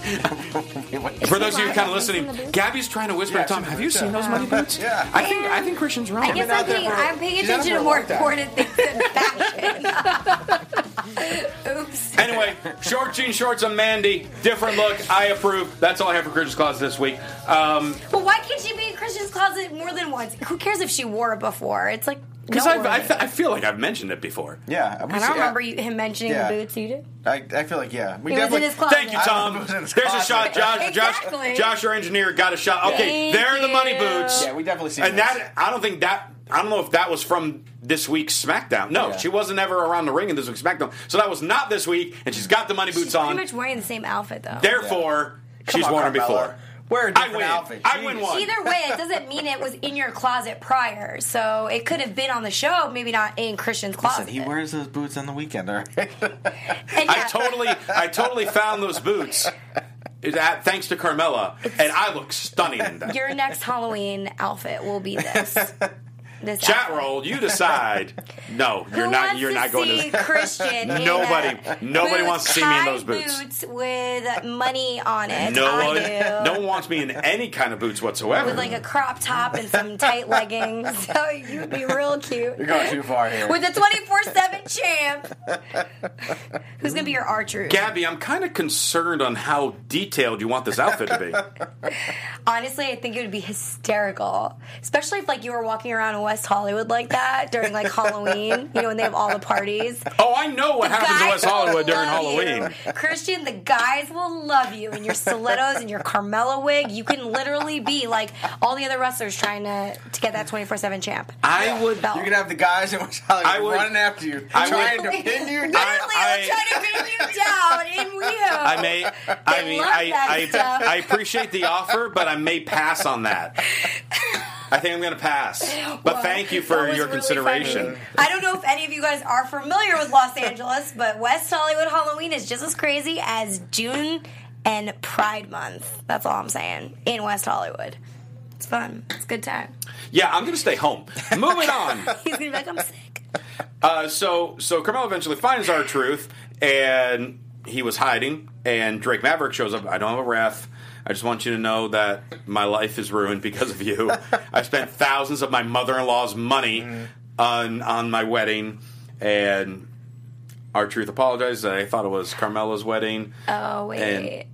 For those of you kind of listening, Gabby's trying to whisper
Yeah,
to Tom,
she's
"Have you
like,
seen
yeah.
those money boots?"
Yeah.
I think I think Christian's wrong.
I guess
been
I'm
out there
paying,
for-
I'm paying
she's out
attention
for
to
a
more
long time.
important things than fashion. Oops.
Anyway, short jean shorts on Mandy, different look. I approve. That's all I have for Christian's closet this week. Um,
But why can't she be in Christian's closet more than once? Who cares if she wore it before? It's like
because
no
I've I,
one-
fe- I feel like I've mentioned it before.
Yeah, we
I
see-
don't remember you, him mentioning
Yeah.
the boots. You did.
I, I feel like yeah, we
It was in his closet.
Thank you,
I
Tom.
was in his
There's a
closet.
shot, Josh. Josh,
Exactly.
Josh, our engineer got a shot. Okay,
Thank
there are the money
you.
boots.
Yeah, we definitely see
And that I don't think that I don't know if that was from this week's SmackDown. No,
Yeah.
she wasn't ever around the ring in this week's SmackDown. So that was not this week, and she's got the money boots
She's
on.
pretty much wearing the same outfit though.
Therefore, she's worn them before.
Wear a
I
different
win.
outfit.
I win
Jeez.
one.
Either way, it doesn't mean it was in your closet prior. So it could have been on the show, maybe not in Christian's closet.
Listen, he wears those boots on the weekend, all right?
And
I
yeah,
totally, I totally found those boots. That, thanks to Carmella, and I look stunning in them.
your next Halloween outfit will be this. This
Chat
outfit.
roll, you decide. No, you're
Who
not.
wants
You're
to
not going
see
to.
Christian.
Nobody-
in
nobody
boots,
wants to see me in
high
those boots.
with money on it.
No
I
one,
do.
no one wants me in any kind of boots whatsoever.
with like a crop top and some tight leggings. So you'd be real cute.
You're going too far here.
With a 24 7 champ. Who's going to be your archer?
Gabby, I'm kind of concerned on how detailed you want this outfit to be.
Honestly, I think it would be hysterical. Especially if like you were walking around in West Hollywood like that during like Halloween, you know, when they have all the parties.
Oh, I know what happens in
Guys
West Hollywood
will
during
love
Halloween.
you. Christian, the guys will love you in your stilettos and your Carmella wig. You can literally be like all the other wrestlers trying to, to get that 24 7 champ.
I would.
Belt.
You're gonna have the guys in West Hollywood
I would-
running after you,
I
trying
would-
to pin you
Literally,
down.
I-
they'll try to pin you down in Rio.
I may. I mean,
love
I,
that
I,
stuff.
I appreciate the offer, but I may pass on that. I think I'm going to pass. But
Wow.
thank you
That
for
was
your
really
consideration.
funny. I don't know if any of you guys are familiar with Los Angeles, but West Hollywood Halloween is just as crazy as June and Pride Month. That's all I'm saying in West Hollywood. It's fun. It's a good time.
Yeah, I'm going to stay home. Moving on.
He's gonna be like, I'm sick.
Uh, so so Carmelo eventually finds our truth, and he was hiding. And Drake Maverick shows up. I don't have a ref. I just want you to know that my life is ruined because of you. I spent thousands of my mother-in-law's money on on my wedding, and our truth apologized. I thought it was Carmelo's wedding.
Oh wait.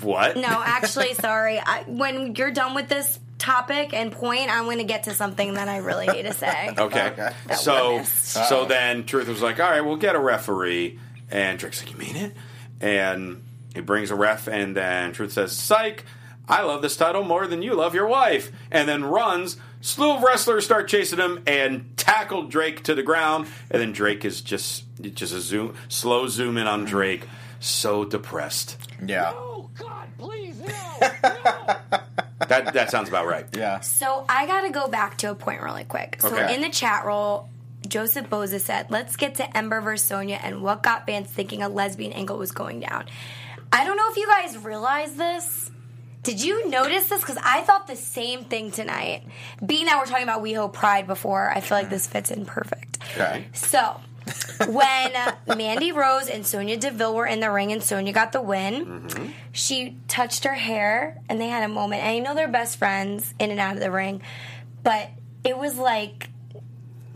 What?
no, actually, sorry. I, when you're done with this topic and point, I'm gonna get to something that I really need to say.
Okay.
Okay.
That
So
one missed.
so then Truth was like, all right, we'll get a referee. And Drake's like, you mean it? And he brings a ref, and then Truth says, psych, I love this title more than you love your wife. And then runs, slew of wrestlers start chasing him and tackle Drake to the ground, and then Drake is just just a zoom slow zoom in on Drake, so depressed.
Yeah.
Oh, God, please, no, no.
That that sounds about right.
Yeah.
So I got to go back to a point really quick. So
Okay.
in the chat roll, Joseph Boza said, "Let's get to Ember versus Sonya and what got fans thinking a lesbian angle was going down." I don't know if you guys realize this. Did you notice this? Because I thought the same thing tonight. B and I were talking about WeHo Pride before. I feel like this fits in perfect.
Okay.
So, when Mandy Rose and Sonia Deville were in the ring and Sonia got the win,
Mm-hmm.
she touched her hair and they had a moment. And I know they're best friends in and out of the ring, but it was like.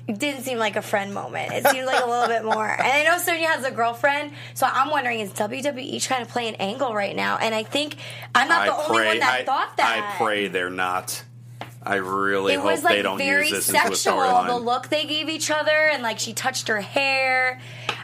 It didn't seem like a friend moment. It seemed like a little bit more. And I know Sonya has a girlfriend, so I'm wondering is E WWE trying to play an angle right now? And I think I'm not
I
the only one that
I,
thought that.
I pray they're not. I really
it
hope
was like
they don't
very
use this into a
sexual the
storyline.
look they gave each other and like she touched her hair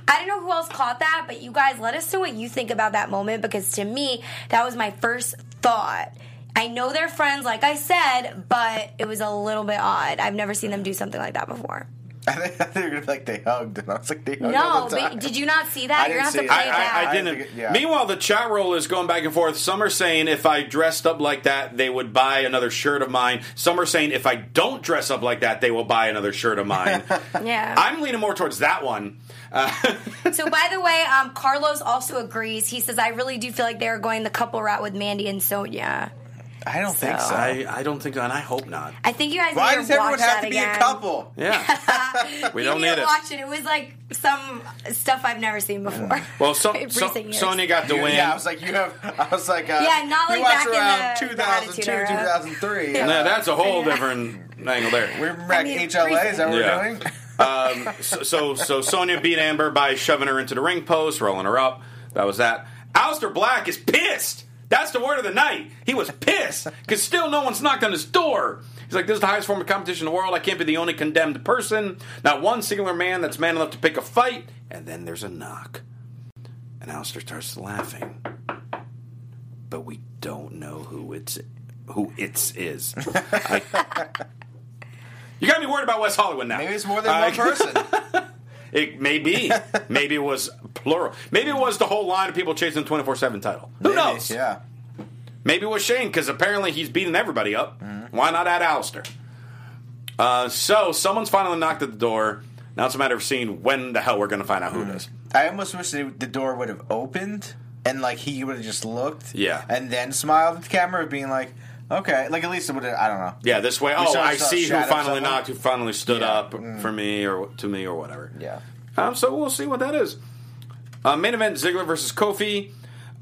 i don't know who else caught that but you guys let us know what you think about that moment because to me that was my first thought i know they're friends like i said but it was a little bit odd i've never seen them do something like that before
I think they were gonna be like they hugged, and I was like they hugged. all
no
the time.
but did you not see that
I
you're gonna have
didn't
to
see
play
it.
it
I, I, I
back.
didn't.
think it- yeah.
Meanwhile, the chat roll is going back and forth. Some are saying if I dressed up like that, they would buy another shirt of mine. Some are saying if I don't dress up like that, they will buy another shirt of mine.
yeah
I'm leaning more towards that one.
So, by the way, um, Carlos also agrees. He says, "I really do feel like they are going the couple route with Mandy and Sonia."
I don't think
So-
so.
I, I don't think, and I hope not.
I think you guys
Why
need
does
to watch
everyone have
that
to be
again.
a couple?
Yeah. we
You
don't
need
need
to
it.
watch it. It was like some stuff I've never seen before.
Well, so,
In
so,
recent years.
Sonya got the win.
Yeah, I was like, you have. I was like, uh,
Yeah, not
we
like
watched
back in
around
the- the
2002,
Attitude Era.
2003.
Now, that's a whole different angle there.
We're back
mean,
HLA. Is that what
Yeah.
we're doing?
Um, so, so, so Sonya beat Amber by shoving her into the ring post, rolling her up. That was that. Alistair Black is pissed. That's the word of the night. He was pissed because still no one's knocked on his door. He's like, "This is the highest form of competition in the world. I can't be the only condemned person. Not one singular man that's man enough to pick a fight." And then there's a knock, and Alistair starts laughing, but we don't know who it's who it's is. I- you got me worried about West Hollywood now.
Maybe it's more than
I-
one person.
it may be. Maybe it was plural. Maybe it was the whole line of people chasing the 24 7 title. Who knows?
Yeah.
Maybe it was Shane because apparently he's beating everybody up.
Mm-hmm.
Why not add Alistair? Uh, so someone's finally knocked at the door. Now it's a matter of seeing when the hell we're going to find out
Mm.
who it is.
I almost wish the the door would have opened and like he would have just looked.
Yeah.
And then smiled at the camera, being like, okay, like at least it would have. I don't know.
Yeah, this way. Oh,
saw-
I
saw a
see who
shadow of
finally
someone.
knocked, who finally stood
Yeah. Mm.
up for me or to me or whatever.
Yeah.
Um, so we'll see what that is. Uh, main event: Ziggler versus Kofi.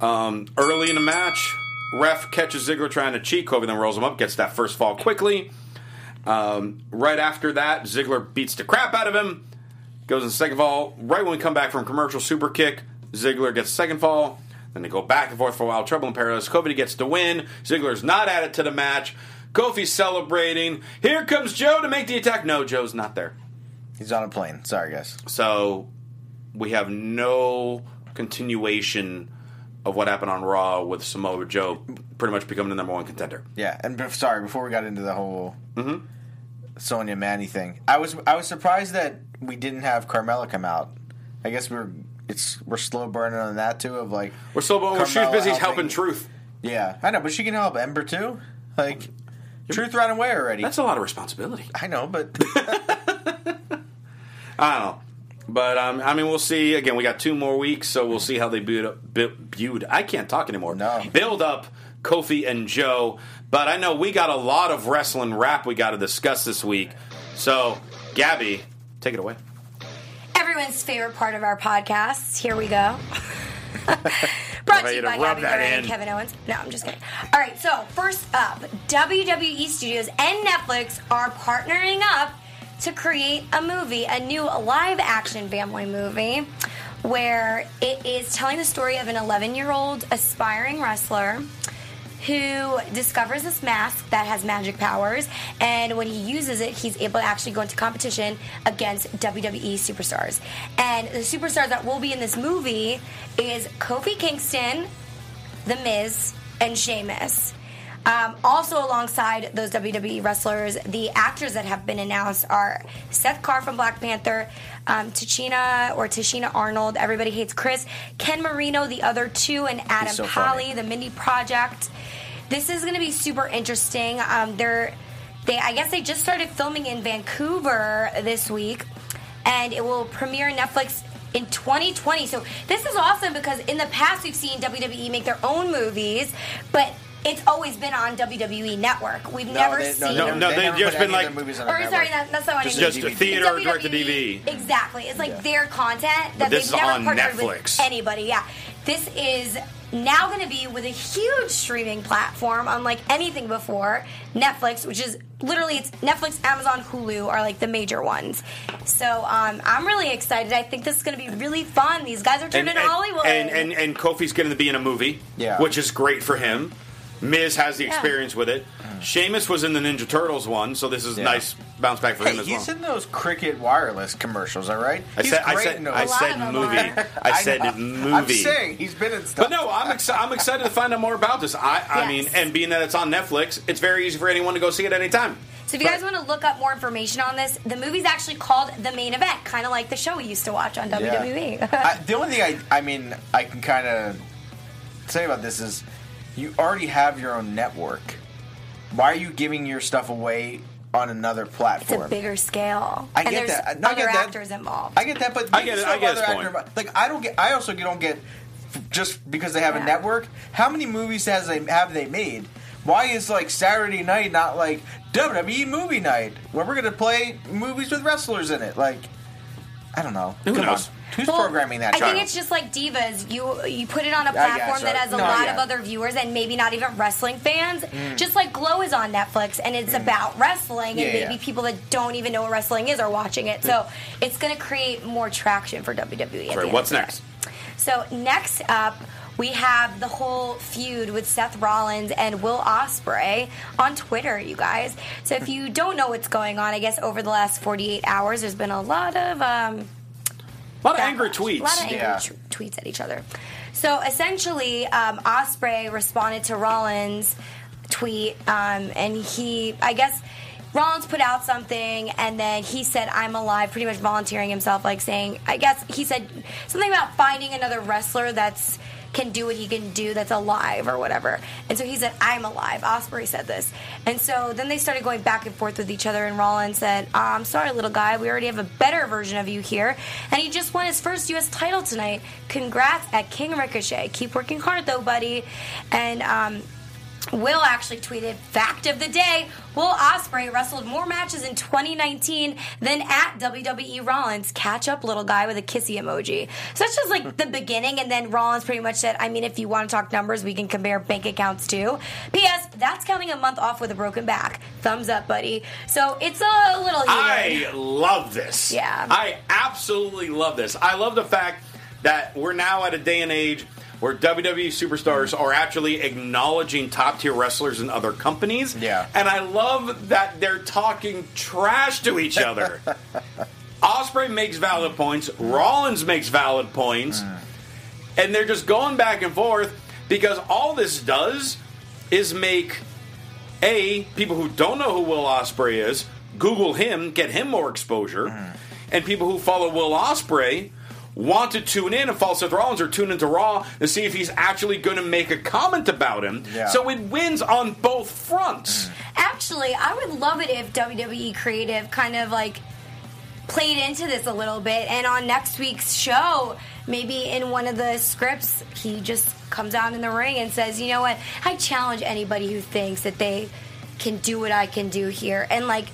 Um, early in the match, ref catches Ziggler trying to cheat. Kofi then rolls him up, gets that first fall quickly. Um, right after that, Ziggler beats the crap out of him. Goes in second fall. Right when we come back from commercial, super kick. Ziggler gets second fall. Then they go back and forth for a while. Trouble in Paradise. Kofi gets the win. Ziggler's not added to the match. Kofi's celebrating. Here comes Joe to make the attack. No, Joe's not there.
He's on a plane. Sorry, guys.
So we have no continuation of what happened on Raw with Samoa Joe pretty much becoming the number one contender.
Yeah, and bef- sorry, before we got into the whole
Mm-hmm.
Sonia Manny thing, I was I was surprised that we didn't have Carmella come out. I guess we're it's we're slow burning on that too. Of like
We're still well, she was
Carmella
busy helping. Truth.
Yeah, I know, but she can help Ember too. Like Truth ran away already.
That's a lot of responsibility.
I know, but
I don't know. But um, I mean, we'll see. Again, we got two more weeks, so we'll see how they build up. bu- Build. I can't talk anymore.
No.
Build up Kofi and Joe. But I know we got a lot of wrestling rap we got to discuss this week. So, Gabby, take it away.
Everyone's favorite part of our podcast. Here we go. Brought
I
to you
gotta
by
rub
Gabby
that
Bernard
in.
and Kevin Owens. No, I'm just kidding. All right, so first up, WWE Studios and Netflix are partnering up to create a movie, a new live action family movie, where it is telling the story of an 11 year old aspiring wrestler who discovers this mask that has magic powers, and when he uses it, he's able to actually go into competition against WWE superstars. And the superstars that will be in this movie is Kofi Kingston, The Miz, and Sheamus. Um, also, alongside those WWE wrestlers, the actors that have been announced are Seth Carr from Black Panther, um, Tachina or Tashina Arnold, Everybody Hates Chris, Ken Marino, the other two, and Adam
so
Polly,
funny.
the Mindy Project. This is going to be super interesting. Um, they're they I guess they just started filming in Vancouver this week, and it will premiere on Netflix in 2020. So this is awesome because in the past we've seen WWE make their own movies, but it's always been on WWE Network. We've never
they-
seen.
No, no, they've
never
just
put
been
any of their
like-
movies on
Or
our
sorry,
network.
that, that's not what
Just-
I mean.
just a theater or
It's
direct-to-DVD.
Exactly. It's like
Yeah.
their content that
this is
they've never
on
partnered
Netflix.
with anybody. Yeah, this is now going to be with a huge streaming platform, unlike anything before Netflix, which is literally it's Netflix, Amazon, Hulu are like the major ones. So um, I'm really excited. I think this is going to be really fun. These guys are
and,
turning
and-
Hollywood.
And, and and Kofi's going to be in a movie,
Yeah.
which is great for him. Miz has the
Yeah.
experience with it. Sheamus was in the Ninja Turtles one, so this is a
Yeah.
nice bounce back for him
Hey,
as
he's
well.
in those Cricket Wireless commercials, all right?
I
he's
said, I
great
said,
in those.
I
A lot
said
of them
movie.
are.
I said movie.
I'm saying he's been in stuff.
But no, I'm excited. I'm excited to find out more about this. I, I
Yes.
mean, and being that it's on Netflix, it's very easy for anyone to go see it anytime.
So if you guys want to look up more information on this, the movie's actually called The Main Event, kind of like the show we used to watch on E.
Yeah.
WWE.
I, the only thing I, I mean, I can kind of say about this is you already have your own network. Why are you giving your stuff away on another
it's a
platform?
bigger scale,
I get
and there's
that. No, I
other
get that.
actors involved.
I get that, but
I get it, I get his
other
point.
actor- Like I don't get. I also don't get f- just because they have
Yeah.
a network. How many movies has they have they made? Why is like Saturday night not like WWE movie night where we're gonna play movies with wrestlers in it? Like I don't know.
Who
Come
knows?
on. Who's
Well,
programming that?
I
child?
think it's just like divas. You you put it on a
guess,
platform that
right.
has a
No,
lot
yeah.
of other viewers and maybe not even wrestling fans. Just like Glow is on Netflix and it's about wrestling
Mm. Yeah,
and maybe
yeah. Mm.
people that don't even know what wrestling is are watching it. So it's going to create more traction for WWE. at the
Right,
end
what's
of the
next?
day. So next up. We have the whole feud with Seth Rollins and Will Osprey on Twitter, you guys. So if you don't know what's going on, I guess over the last 48 hours, there's been a lot of um,
A lot of angry
backlash.
tweets.
A lot of angry
Yeah.
tw- tweets at each other. So essentially, um, Osprey responded to Rollins' tweet, um, and he, I guess, Rollins put out something, and then he said, "I'm alive," pretty much volunteering himself, like saying, I guess he said something about finding another wrestler that's can do what he can do that's alive or whatever. And so he said, I'm alive. Osprey said this. And so then they started going back and forth with each other. And Rollins said, I'm sorry, little guy. We already have a better version of you here. And he just won his first U.S. title tonight. Congrats at King Ricochet. Keep working hard, though, buddy. And, um, Will actually tweeted, "Fact of the day: Will Osprey wrestled more matches in 2019 than at WWE Rollins. Catch up, little guy, with a kissy emoji." So that's just like the beginning, and then Rollins pretty much said, "I mean, if you want to talk numbers, we can compare bank accounts too." P.S. That's counting a month off with a broken back. Thumbs up, buddy. So it's a little heated.
I love this.
Yeah.
I absolutely love this. I love the fact that we're now at a day and age where WWE superstars are actually acknowledging top tier wrestlers in other companies.
Yeah.
And I love that they're talking trash to each other. Osprey makes valid points, Rollins makes valid points, and they're just going back and forth because all this does is make a, people who don't know who Will Osprey is, Google him, get him more exposure,
Mm.
and people who follow Will Osprey want to tune in and follow Seth Rollins or tune into Raw to see if he's actually going to make a comment about him.
Yeah. Mm-hmm.
So it wins on both fronts.
Actually, I would love it if WWE Creative kind of like played into this a little bit. And on next week's show, maybe in one of the scripts, he just comes out in the ring and says, You know what? I challenge anybody who thinks that they can do what I can do here. And like,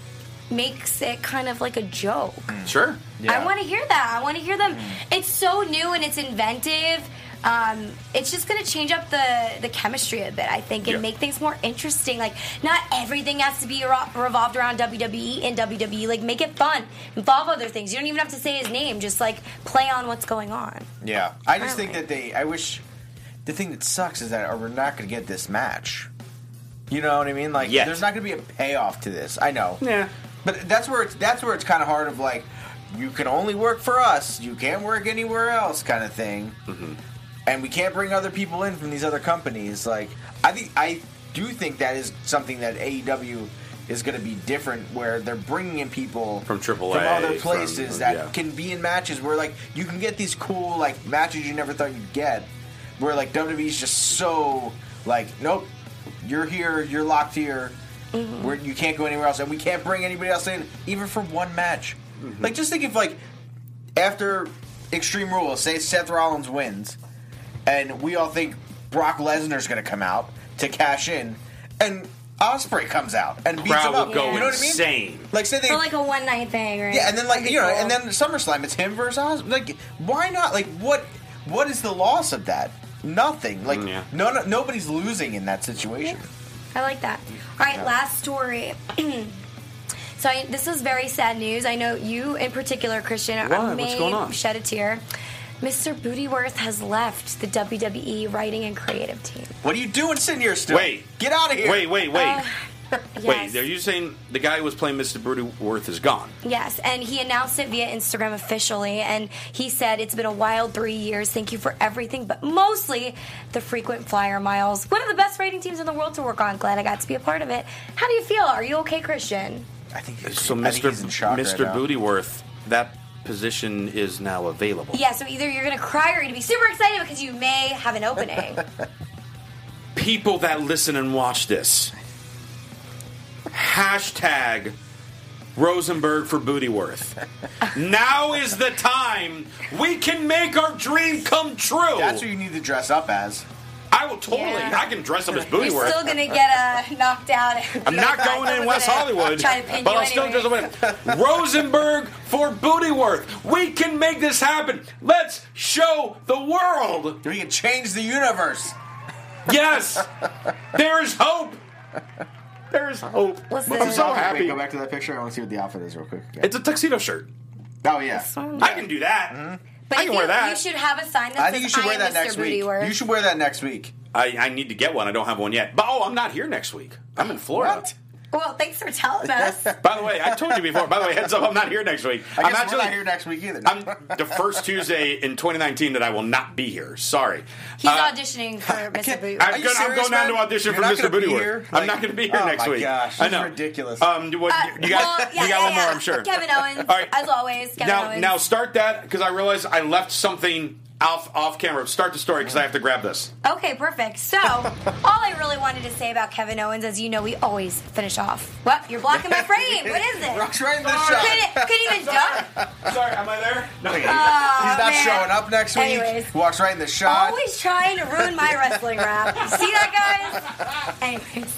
makes it kind of like a joke.
Sure.
I want to hear that. I want to hear them.
Mm.
It's so new and it's inventive. Um, it's just going to change up the, the chemistry a bit, I think, and
Yeah.
make things more interesting. Like, not everything has to be ro- revolved around WWE and WWE. Like, make it fun. Involve other things. You don't even have to say his name. Just, like, play on what's going on.
Yeah, I just think
Apparently.
that they. I wish. The thing that sucks is that we're not going to get this match. You know what I mean? Like,
Yet.
there's not going to be a payoff to this. I know.
Yeah.
But that's where it's that's where it's kind of hard. Of like, you can only work for us. You can't work anywhere else, kind of thing. And we can't bring other people in from these other companies. Like, I think I do think that is something that AEW is going to be different, where they're bringing in people
From AAA,
from other
from-
places that
yeah.
can be in matches where like you can get these cool like matches you never thought you'd get, where like WWE's just so like nope, you're here, you're locked here. Where you can't go anywhere else, and we can't bring anybody else in, even for one match.
Mm-hmm.
Like, just think if like after Extreme Rules, say Seth Rollins wins, and we all think Brock Lesnar's going to come out to cash in, and Osprey comes out and beats
Crowd
him up.
will go
you know what I mean?
insane.
Like say they,
For like a one night thing, right?
yeah, and then like
That'd be
you know,
cool.
and then SummerSlam, it's him versus Osprey. Like, why not? Like, what what is the loss of that? Nothing. Like,
Mm, yeah.
no, no, nobody's losing in that situation.
I like that. All right, last story. so I, this is very sad news. I know you in particular, Christian,
Why?
I
What's
may
going on?
shed a tear. Mr. Bootyworth has left the WWE writing and creative team.
What are you doing sitting here still?
Wait.
get out of here.
Wait, wait, wait.
Uh, Yes.
Wait, are you saying the guy who was playing Mr. Brutyworth is gone?
Yes, and he announced it via Instagram officially, and he said, It's been a wild three years. Thank you for everything, but mostly the frequent flyer miles. One of the best rating teams in the world to work on. Glad I got to be a part of it. How do you feel? Are you okay, Christian?
I think he's,
So
I think
Mr.
he's in shock right
Mr.
now.
Bootyworth, that position is now available.
Yeah, so either you're going to cry or you're going to be super excited because you may have an opening.
People that listen and watch this, hashtag Rosenberg for Bootyworth. now is the time we can make our dream come true.
That's what you need to dress up as.
I will totally.
Yeah.
I can dress up as
you're
Bootyworth.
still going to get uh, knocked out.
I'm not
"Oh,
going in West Hollywood,
Try to pin
but
you
I'll still
anyway.
just win. Rosenberg for Bootyworth. We can make this happen. Let's show the world.
We can change the universe.
Yes, there is hope. There is hope.
Listen.
I'm so
Wait,
happy.
go back to that picture. I want to see what the outfit is real quick. Yeah.
It's a tuxedo shirt.
oh yeah. Mm-hmm.
I can do that.
But
I can
you,
wear that.
you should have a sign that
I
says,
think you should
I
wear
am
that
Mr.
next week.
Bootyworth.
You should wear that next week.
I, I need to get one. I don't have one yet. But oh, I'm not here next week. I'm in Florida.
What?
Well, thanks for telling us.
By the way, I told you before. By the way, heads up, I'm not here next week.
I
I'm
guess
actually
we're not here next week either.
I'm the first Tuesday in 2019 that I will not be here. Sorry.
He's
Uh,
auctioning for Mr. Bootyworth.
can't- Are
I'm,
you
gonna, I'm going
serious,
down
man?
to audition
You're
for
not
Mr.
gonna be
Bootyworth.
here?
I'm
Like-
not going to be here
Oh
next
my
week.
gosh,
I
this is
know.
ridiculous.
Um, do what, you got,
Uh, well, yeah,
you got
yeah,
one more,
yeah.
I'm sure.
Kevin Owens,
All right.
as always. Kevin
now,
Owens.
now start that because I realized I left something off off camera. Start the story because I have to grab this.
Okay, perfect. So, all I really wanted to say about Kevin Owens, as you know, we always finish off. Well, you're blocking my frame. What is it? Oh,
Rock's right in this
Sorry.
shot.
Couldn't, couldn't even duck.
Sorry, am I there? No.
He's
Aw,
not
Oh, man.
showing up next week.
Anyways.
Walks right in the shot.
Always trying to ruin my wrestling rap. See that, guys? Anyways,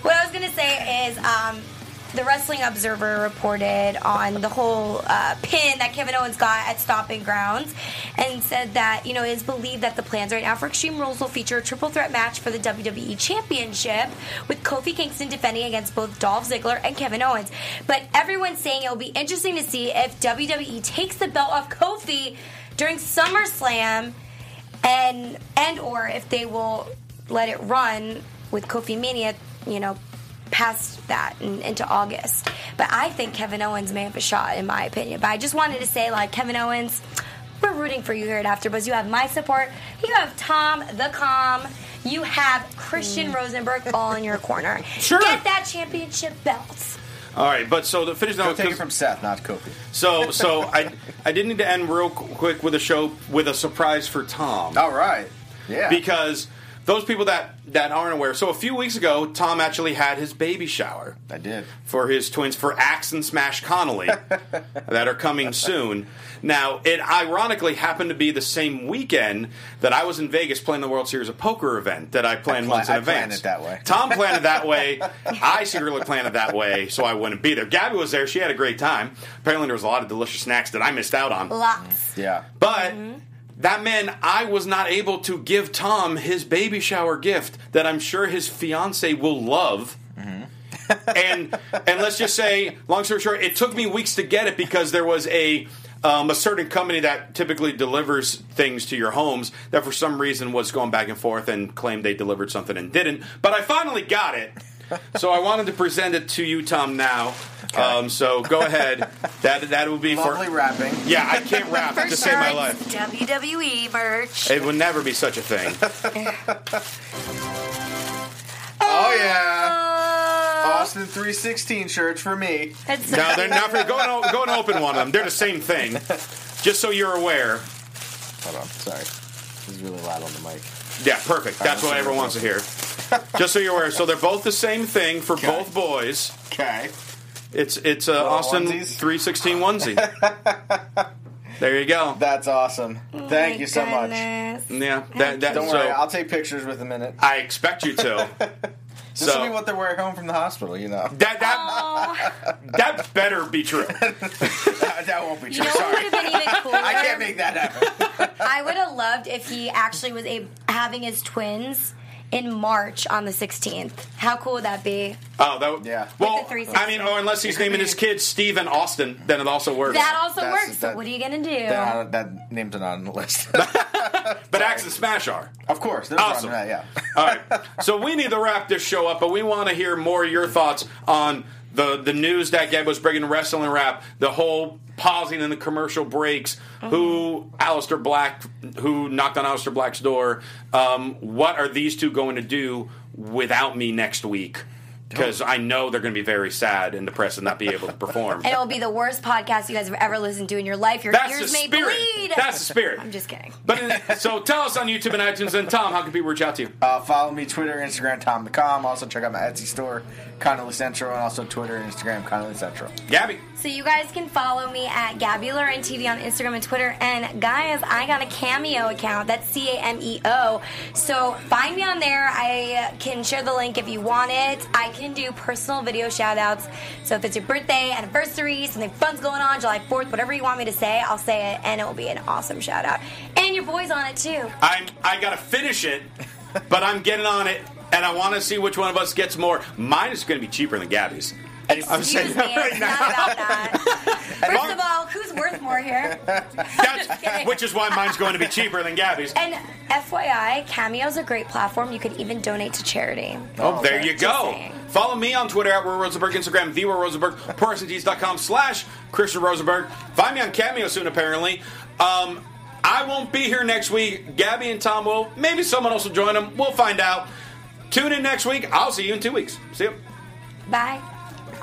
what I was gonna say is, um, the Wrestling Observer reported on the whole uh, pin that Kevin Owens got at Stomping Grounds, and said that you know it is believed that the plans right now for Extreme Rules will feature a triple threat match for the WWE Championship, with Kofi Kingston defending against both Dolph Ziggler and Kevin Owens. But everyone's saying it will be interesting to see if WWE takes the belt off Kofi during SummerSlam and and or if they will let it run with Kofi Mania, you know, past that and into August. But I think Kevin Owens may have a shot, in my opinion. But I just wanted to say, like Kevin Owens, we're rooting for you here at AfterBuzz. You have my support. You have Tom the Calm. You have
Mm.
Christian Rosenberg all in your corner.
Sure.
Get that championship belt.
Uh, All right, but so to finish that,
Go take it
'cause-
from Seth, not Kofi.
so so I I did need to end real quick with a show with a surprise for Tom.
All right. Oh, Yeah.
because those people that that aren't aware. So a few weeks ago, Tom actually had his baby shower
I did.
for his twins for Axe and Smash Connolly that are coming soon. Now, it ironically happened to be the same weekend that I was in Vegas playing the World Series of Poker event that I planned
I pla-
months in
I planned
advance.
it that way.
Tom planned it that way. I secretly planned it that way, so I wouldn't be there. Gabby was there; she had a great time. Apparently, there was a lot of delicious snacks that I missed out on.
Lots.
Yeah.
But that meant I was not able to give Tom his baby shower gift that I'm sure his fiance will love. and and let's just say, long story short, it took me weeks to get it because there was a um, a certain company that typically delivers things to your homes that for some reason was going back and forth and claimed they delivered something and didn't. But I finally got it. So I wanted to present it to you, Tom. Now, um, so go ahead. That that would be
Lovely
for
rapping.
yeah, I can't rap to save my life.
WWE merch.
It would never be such a thing.
Oh,
Oh yeah.
Oh,
Austin 316 shirts for me.
that's so
No, they're not. Go and, o- go and open one of them. They're the same thing. Just so you're aware.
Hold on, sorry. This is really loud on the mic.
Yeah, perfect. That's what everyone wants to hear. Just so you're aware. So they're both the same thing for both boys.
Okay.
It's it's uh,
Little
Austin
onesies?
three sixteen onesie. there you go.
That's awesome.
Oh
Thank you so much.
yeah, that, that,
Don't
so
worry, I'll take pictures with a minute.
I expect you to.
This will be
so
what they're wearing home from the hospital, you know.
that
Oh.
that that better be true.
that, that won't be
You
true.
know what
Sorry.
would have been even cooler?
I can't make that happen.
I would have loved if he actually was a- having his twins in March on the 16th. How cool would that be?
Oh, that would-
Yeah.
Well,
With the 360.
I mean, oh, unless he's naming his kids Steve and Austin, then it also works.
That also
That's-
works.
that-
so what are you gonna do?
That, that name's not on the list.
but Axe and Smash are.
of course. There's
Awesome.
awesome. That, yeah.
All right. So we need to wrap this show up, but we want to hear more of your thoughts on the the news that Gab was breaking wrestling rap, the whole pausing in the commercial breaks,
Mm-hmm.
who Alistair Black, who knocked on Alistair Black's door. Um, what are these two going to do without me next week? Because I know they're going to be very sad and depressed and not be able to perform.
It'll be the worst podcast you guys have ever listened to in your life. Your
That's the
ears may
spirit.
bleed.
That's the spirit.
I'm just kidding.
But in- so tell us on YouTube and iTunes. And Tom, how can people reach out to you?
Uh, follow me Twitter, Instagram, Tom the Com. Also check out my Etsy store, Connolly Central, and also Twitter and Instagram, Connolly Central.
Gabby.
So you guys can follow me at Gabby Lauren TV on Instagram and Twitter. And guys, I got a Cameo account. That's C A M E O. So find me on there. I can share the link if you want it. I can do personal video shout outs. So if it's your birthday, anniversary, something fun's going on, July 4th, whatever you want me to say, I'll say it and it'll be an awesome shout out. And your boy's on it too.
I'm I gotta finish it, but I'm getting on it, and I want to see which one of us gets more. Mine is gonna be cheaper than Gabby's. I'm
Excuse
saying
me,
that right
it's
now.
not about that. First of all, who's worth more here? Just
That's,
kidding.
which is why mine's going to be cheaper than Gabby's.
And FYI, Cameo is a great platform. You can even donate to charity.
Oh, there you go.
saying.
Follow me on Twitter at Will Rosenberg, Instagram, the Will Rosenberg, com slash Christian Rosenberg. Find me on Cameo soon, apparently. Um, I won't be here next week. Gabby and Tom will. Maybe someone else will join them. We'll find out. Tune in next week. I'll see you in two weeks. See you.
Bye.